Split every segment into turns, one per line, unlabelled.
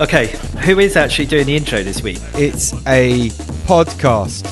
Okay, who is actually doing the intro this week?
It's a podcast.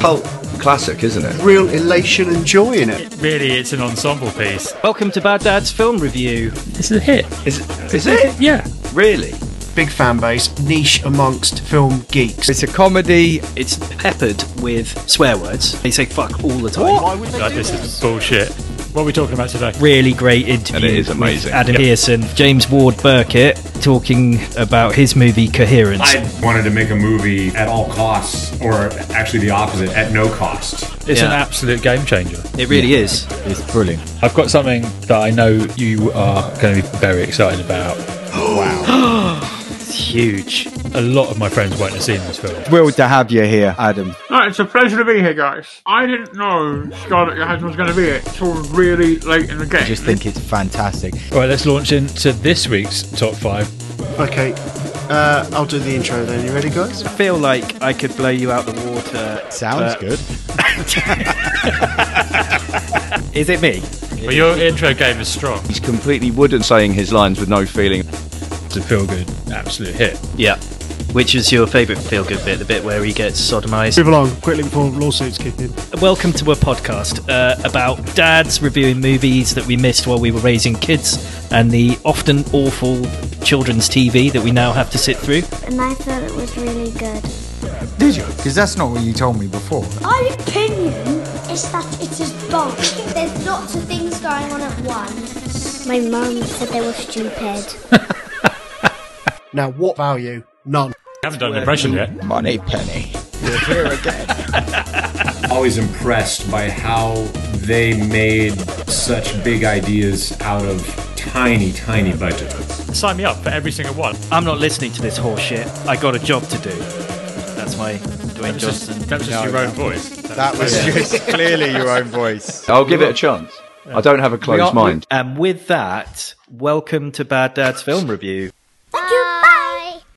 Pulp classic, isn't it?
real elation and joy in it.
Really, it's an ensemble piece.
Welcome to Bad Dad's Film Review.
This is a hit.
Is it? Is it?
Yeah.
Really?
Big fan base, niche amongst film geeks.
It's a comedy.
It's peppered with swear words. They say fuck all the time.
God, this is bullshit. What are we talking about today?
Really great interview.
And it is
with
amazing.
Adam Pearson, James Ward Burkett talking about his movie Coherence.
I wanted to make a movie at all costs, or actually the opposite, at no cost.
It's an
Yeah.
absolute game changer.
it really is.
It's brilliant.
I've got something that I know you are going to be very excited about.
It's huge.
A lot of my friends won't have seen this film.
Thrilled to have you here, Adam.
No, it's a pleasure to be here, guys. I didn't know Scarlett Johansson was going to be it till really late in the game.
I just think it's fantastic.
All right, let's launch into this week's top five.
Okay, uh, I'll do the intro then. You ready, guys?
I feel like I could blow you out the water.
Sounds
but-
good.
Is it me?
Well, your intro game is strong.
He's completely wooden saying his lines with no feeling.
It's a feel good, absolute hit.
Yeah. Which is your favourite feel good bit? The bit where he gets sodomized?
Move along quickly before lawsuits kick in.
Welcome to a podcast uh, about dads reviewing movies that we missed while we were raising kids and the often awful children's TV that we now have to sit through.
and I thought it was really good.
Did you? Because that's not what you told me before.
Our opinion is that it is both. There's lots of things going on at once. My mum said they were stupid.
Now, what value? None.
haven't done an impression yet.
Money penny.
Always impressed by how they made such big ideas out of tiny, tiny budgets.
Sign me up for every single one.
I'm not listening to this horse shit. I got a job to do. That's my Dwayne
That was just,
Johnson.
that was just your own voice.
That was just clearly your own voice.
I'll give it a chance. I don't have a closed mind.
And with that, welcome to Bad Dad's Film Review.
Thank you